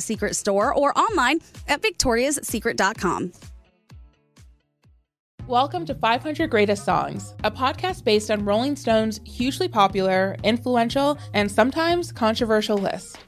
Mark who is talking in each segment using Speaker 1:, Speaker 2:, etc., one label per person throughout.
Speaker 1: Secret store or online at victoriassecret.com.
Speaker 2: Welcome to 500 Greatest Songs, a podcast based on Rolling Stone's hugely popular, influential, and sometimes controversial list.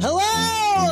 Speaker 3: Hello,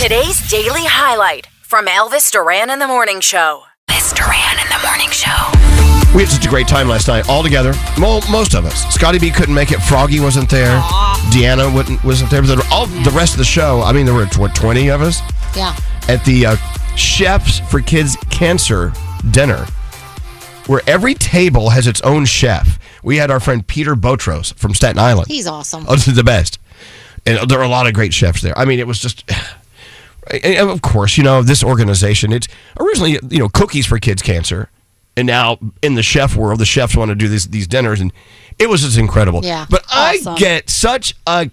Speaker 4: Today's daily highlight from Elvis Duran in the Morning Show. Elvis Duran in the Morning Show.
Speaker 5: We had such a great time last night, all together. Mo- most of us. Scotty B couldn't make it. Froggy wasn't there. Deanna wouldn't, wasn't there. But the, all the rest of the show. I mean, there were what twenty of us
Speaker 6: Yeah.
Speaker 5: at the uh, Chefs for Kids Cancer dinner, where every table has its own chef. We had our friend Peter Botros from Staten Island.
Speaker 6: He's awesome.
Speaker 5: Oh, this is the best. And there were a lot of great chefs there. I mean, it was just. And of course, you know this organization. It's originally you know cookies for kids cancer, and now in the chef world, the chefs want to do these these dinners, and it was just incredible.
Speaker 6: Yeah,
Speaker 5: But I
Speaker 6: awesome.
Speaker 5: get such a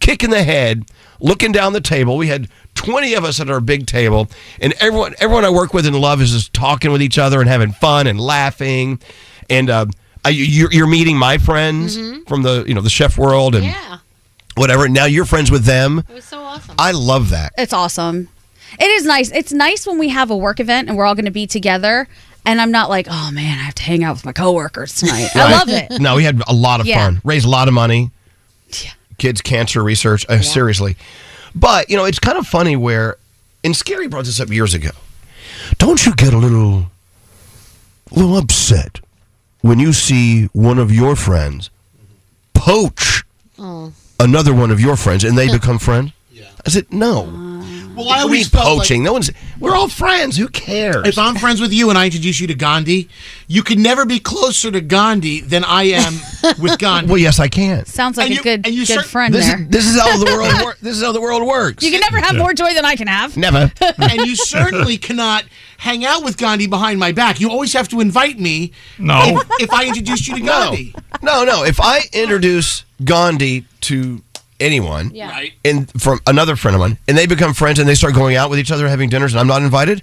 Speaker 5: kick in the head looking down the table. We had twenty of us at our big table, and everyone everyone I work with and love is just talking with each other and having fun and laughing, and uh, I, you're, you're meeting my friends from the you know the chef world and
Speaker 6: Mm-hmm. Yeah.
Speaker 5: whatever. Now you're friends with them.
Speaker 6: It was so awesome.
Speaker 5: I love that.
Speaker 1: It's awesome. It is nice. It's nice when we have a work event and we're all going to be together. And I'm not like, oh man, I have to hang out with my coworkers tonight. I love it.
Speaker 5: No, we had a lot of
Speaker 1: Yeah.
Speaker 5: fun. Raised a lot of money. Kids cancer research. Uh, Seriously. But, you know, it's kind of funny where, and Scary brought this up years ago. Don't you get a little, little upset when you see one of your friends poach
Speaker 1: Oh.
Speaker 5: another one of your friends and they become friends? Yeah. I said, no.
Speaker 1: Uh,
Speaker 7: Well, I
Speaker 5: What do you mean
Speaker 7: always felt like-
Speaker 5: poaching. no one's, we're all friends. Who cares?
Speaker 7: if I'm friends with you and I introduce you to Gandhi, you can never be closer to Gandhi than I am with Gandhi.
Speaker 5: well, yes, I can.
Speaker 1: Sounds like
Speaker 7: And
Speaker 1: a
Speaker 7: you-
Speaker 1: good,
Speaker 7: and you
Speaker 1: good
Speaker 7: cer-
Speaker 1: friend
Speaker 5: This
Speaker 1: there.
Speaker 5: is, this is how the world wor- this is how the world works.
Speaker 1: you can never have more joy than I can have.
Speaker 5: never.
Speaker 7: and you certainly cannot hang out with Gandhi behind my back. You always have to invite me
Speaker 8: No.
Speaker 7: if, if I introduce you to
Speaker 5: No,
Speaker 7: Gandhi.
Speaker 5: no, no. If I introduce Gandhi to anyone,
Speaker 6: Yeah. Right.
Speaker 5: and from another friend of mine, and they become friends and they start going out with each other, having dinners, and I'm not invited,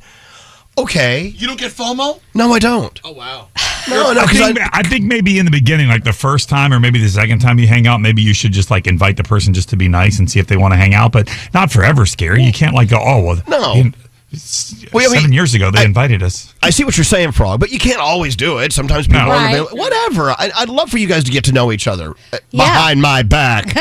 Speaker 5: okay.
Speaker 7: You don't get FOMO?
Speaker 5: No, I don't.
Speaker 7: Oh, wow.
Speaker 5: No, no,
Speaker 9: I
Speaker 5: because
Speaker 9: think,
Speaker 5: I.
Speaker 9: I think maybe in the beginning, like the first time or maybe the second time you hang out, maybe you should just like invite the person just to be nice and see if they want to hang out, but not forever, scary. You can't like go, oh, well,
Speaker 5: No.
Speaker 9: you- s-
Speaker 5: Well, I mean,
Speaker 9: seven years ago, they invited us.
Speaker 5: I see what you're saying, Frog, but you can't always do it. Sometimes people
Speaker 9: No.
Speaker 5: aren't
Speaker 10: Right.
Speaker 5: available. Whatever. I, I'd love for you guys to get to know each other uh,
Speaker 1: Yeah.
Speaker 5: behind my back.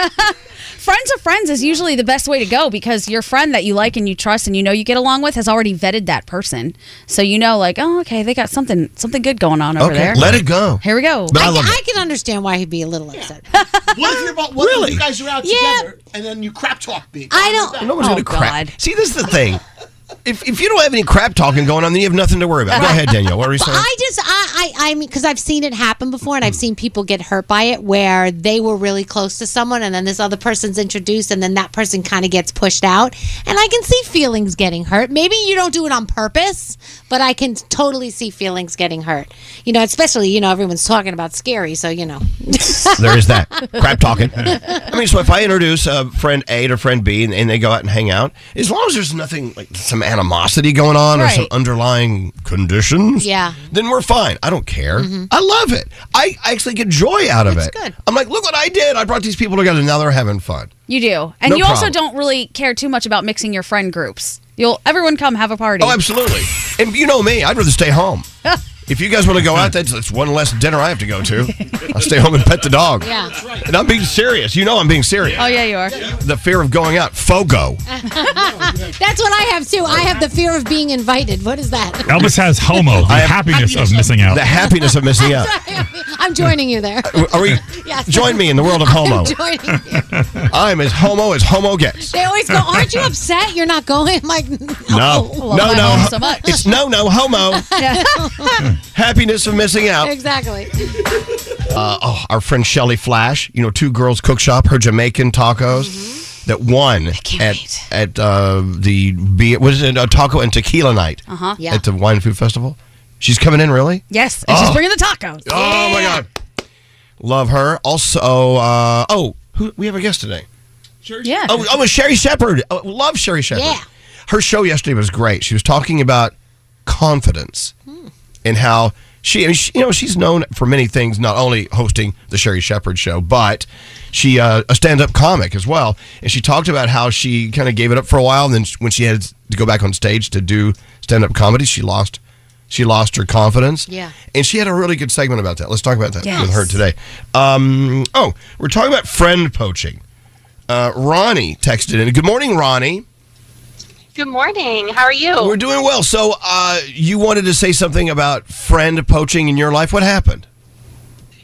Speaker 1: Friends of friends is usually the best way to go because your friend that you like and you trust and you know you get along with has already vetted that person. So you know, like, oh, okay, they got something something good going on over there.
Speaker 5: let it go.
Speaker 1: Here we go.
Speaker 5: But I,
Speaker 10: I,
Speaker 5: love
Speaker 10: I
Speaker 5: it.
Speaker 10: can understand why he'd be a little upset.
Speaker 7: What if you're about, what
Speaker 5: Really?
Speaker 7: if you guys are out
Speaker 10: Yeah.
Speaker 7: together and then you crap talk me?
Speaker 10: I don't.
Speaker 5: No one's
Speaker 1: Oh,
Speaker 5: gonna crap.
Speaker 1: God.
Speaker 5: See, this is the thing. If, if you don't have any crap talking going on, then you have nothing to worry about. Go ahead, Danielle. What are you
Speaker 10: But
Speaker 5: saying?
Speaker 10: I just, I, I, I mean, because I've seen it happen before, and I've seen people get hurt by it, where they were really close to someone, and then this other person's introduced, and then that person kind of gets pushed out, and I can see feelings getting hurt. Maybe you don't do it on purpose, but I can totally see feelings getting hurt. You know, especially you know everyone's talking about scary, so you know.
Speaker 5: there is that crap talking. I mean, so if I introduce uh, friend A to friend B and, and they go out and hang out, as long as there's nothing like some animosity going on or some
Speaker 10: Right.
Speaker 5: underlying conditions,
Speaker 10: Yeah.
Speaker 5: then we're fine. I don't care. I love it. I I actually get joy out of
Speaker 10: It's
Speaker 5: it.
Speaker 10: good.
Speaker 5: I'm like, look what I did. I brought these people together. Now they're having fun.
Speaker 1: You do. And
Speaker 5: No
Speaker 1: you also
Speaker 5: problem.
Speaker 1: don't really care too much about mixing your friend groups. You'll everyone come have a party.
Speaker 5: Oh, absolutely. And you know me, I'd rather stay home. If you guys want to go out, that's, that's one less dinner I have to go to. I'll stay home and pet the dog.
Speaker 1: Yeah. That's right.
Speaker 5: And I'm being serious. You know I'm being serious.
Speaker 1: Oh yeah, you are.
Speaker 5: The fear of going out, FOGO.
Speaker 10: That's what I have too. I have the fear of being invited. What is that?
Speaker 8: Elvis has homo, the happiness, of missing out.
Speaker 5: The happiness of missing out.
Speaker 10: I'm joining you there.
Speaker 5: Are we?
Speaker 10: Yes.
Speaker 5: Uh, Join me in the world of
Speaker 10: I'm
Speaker 5: homo.
Speaker 10: joining.
Speaker 5: I'm as homo as homo gets.
Speaker 10: They always go, "Aren't you upset? You're not going." I'm like,
Speaker 5: No,
Speaker 10: I love
Speaker 5: no,
Speaker 10: my
Speaker 5: no.
Speaker 10: home so much.
Speaker 5: It's no, no homo. happiness of missing out.
Speaker 10: exactly.
Speaker 5: uh, oh, our friend Shelly Flash, you know, two girls cook shop, her Jamaican tacos. That one at at uh, the be was it a taco and tequila night
Speaker 1: Uh-huh. Yeah.
Speaker 5: at the wine food festival. She's coming in really.
Speaker 1: Yes, and
Speaker 5: Oh.
Speaker 1: she's bringing the tacos.
Speaker 5: Oh my god, love her. Also, uh, oh, who, we have a guest today.
Speaker 1: Yeah.
Speaker 5: Oh, oh, it's Sherry Shepard. Oh, love Sherry Shepard.
Speaker 1: Yeah.
Speaker 5: Her show yesterday was great. She was talking about confidence
Speaker 1: Hmm.
Speaker 5: and how she, I mean, she, you know, she's known for many things, not only hosting the Sherry Shepard show, but she uh, a stand-up comic as well. And she talked about how she kind of gave it up for a while, and then when she had to go back on stage to do stand-up comedy, she lost. She lost her confidence.
Speaker 7: Yeah.
Speaker 5: And she had a really good segment about that. Let's talk about that with
Speaker 7: Yes.
Speaker 5: her today. Um, oh, we're talking about friend poaching. Uh, Ronnie texted in. Good morning, Ronnie.
Speaker 11: Good morning. How are you?
Speaker 5: We're doing well. So, uh, you wanted to say something about friend poaching in your life. What happened?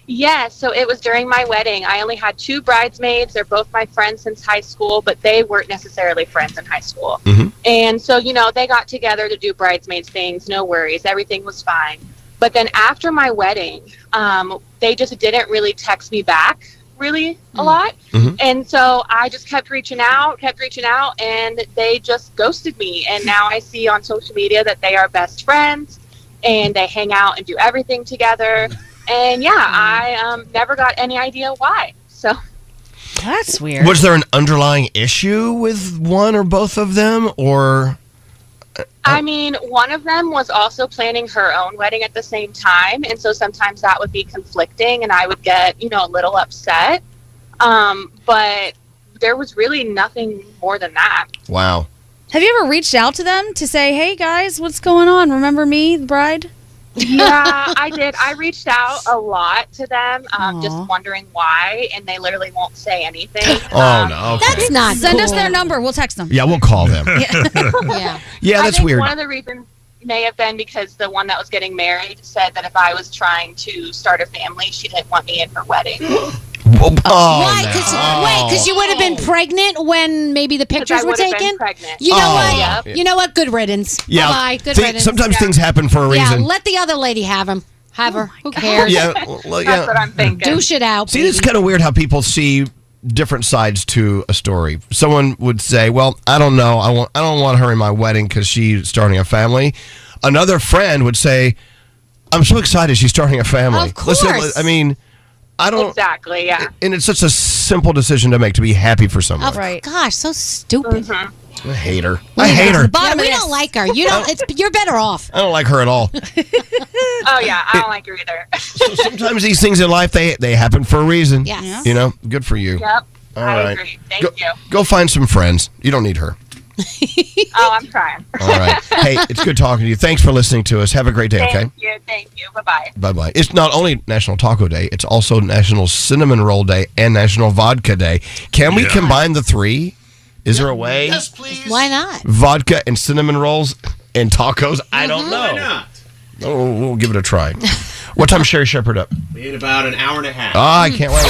Speaker 11: Yeah, so it was during my wedding. I only had two bridesmaids. They're both my friends since high school, but they weren't necessarily friends in high school. And so, you know, they got together to do bridesmaids things, no worries. Everything was fine. But then after my wedding, um, they just didn't really text me back really a lot.
Speaker 12: Mhm.
Speaker 11: And so I just kept reaching out, kept reaching out, and they just ghosted me. And now I see on social media that they are best friends and they hang out and do everything together. And yeah,
Speaker 13: Mm.
Speaker 11: I um, never got any idea why. So
Speaker 1: that's weird.
Speaker 5: Was there an underlying issue with one or both of them, or
Speaker 11: I mean, one of them was also planning her own wedding at the same time, and so sometimes that would be conflicting, and I would get, you know, a little upset. Um, but there was really nothing more than that.
Speaker 5: wow?
Speaker 1: Have you ever reached out to them to say, "Hey guys, what's going on? Remember me, the bride?"
Speaker 11: yeah, I did. I reached out a lot to them, um, just wondering why, and they literally won't say anything.
Speaker 5: Oh no, okay.
Speaker 1: Send us their number. We'll text them.
Speaker 5: Yeah, we'll call them.
Speaker 11: yeah.
Speaker 5: Yeah,
Speaker 11: I
Speaker 5: that's
Speaker 11: think
Speaker 5: weird.
Speaker 11: One of the reasons may have been because the one that was getting married said that if I was trying to start a family, she didn't want me in her wedding.
Speaker 5: Oh,
Speaker 10: Why?
Speaker 5: no.
Speaker 10: 'Cause- Wait, because you would have been pregnant when maybe the pictures were
Speaker 11: would have been
Speaker 10: taken.
Speaker 11: pregnant.
Speaker 10: You know
Speaker 5: Oh.
Speaker 10: what?
Speaker 5: Yep.
Speaker 10: You know what? Good riddance.
Speaker 5: Yeah,
Speaker 10: Bye. Good
Speaker 5: thi-
Speaker 10: riddance.
Speaker 5: sometimes things happen for a
Speaker 10: Yeah,
Speaker 5: reason.
Speaker 10: let the other lady have him. Have her. Who cares?
Speaker 5: Yeah, well, That's yeah. what I'm
Speaker 11: thinking.
Speaker 10: Douche it out.
Speaker 5: See, it's
Speaker 10: baby.
Speaker 5: kind of weird how people see different sides to a story. Someone would say, "Well, I don't know. I want. I don't want her in my wedding because she's starting a family." Another friend would say, "I'm so excited she's starting a family."
Speaker 11: Of
Speaker 5: Listen,
Speaker 11: course.
Speaker 5: I mean, I don't.
Speaker 11: exactly. Yeah.
Speaker 5: And it's such a simple decision to make to be happy for someone.
Speaker 10: right. Oh, Gosh, so stupid.
Speaker 5: I hate her. I hate her.
Speaker 10: Bottom, we don't like her. You don't. It's you're better off.
Speaker 5: I don't like her at all.
Speaker 11: Oh yeah, I don't like her either.
Speaker 5: So sometimes these things in life they they happen for a reason.
Speaker 11: Yes. Yeah.
Speaker 5: You know, good for you.
Speaker 11: Yep.
Speaker 5: All
Speaker 11: I
Speaker 5: right.
Speaker 11: agree. Thank
Speaker 5: go,
Speaker 11: you.
Speaker 5: Go find some friends. You don't need her.
Speaker 11: oh, I'm trying.
Speaker 5: All right. Hey, it's good talking to you. Thanks for listening to us. Have a great day, okay?
Speaker 11: Thank you. Thank you. Bye bye.
Speaker 5: Bye bye. It's not only National Taco Day, it's also National Cinnamon Roll Day and National Vodka Day. Can we
Speaker 7: Yeah.
Speaker 5: combine the three? Is there a way?
Speaker 10: please. Why not?
Speaker 5: Vodka and cinnamon rolls and tacos? I don't know. Oh, we'll give it a try.
Speaker 7: What time is Sherry Shepherd up?
Speaker 8: In about an hour and a half.
Speaker 7: Ah, I can't wait.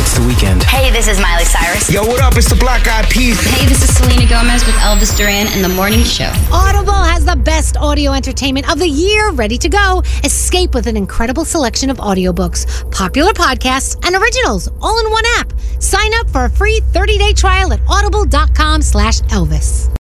Speaker 7: It's the weekend.
Speaker 11: Hey, this is Miley Cyrus.
Speaker 8: Yo, what up? It's the Black Eyed Peas.
Speaker 11: Hey, this is Selena Gomez with Elvis Duran and the Morning Show.
Speaker 10: Audible has the best audio entertainment of the year ready to go. Escape with an incredible selection of audiobooks, popular podcasts, and originals all in one app. Sign up for a free 30-day trial at audible.com slash Elvis.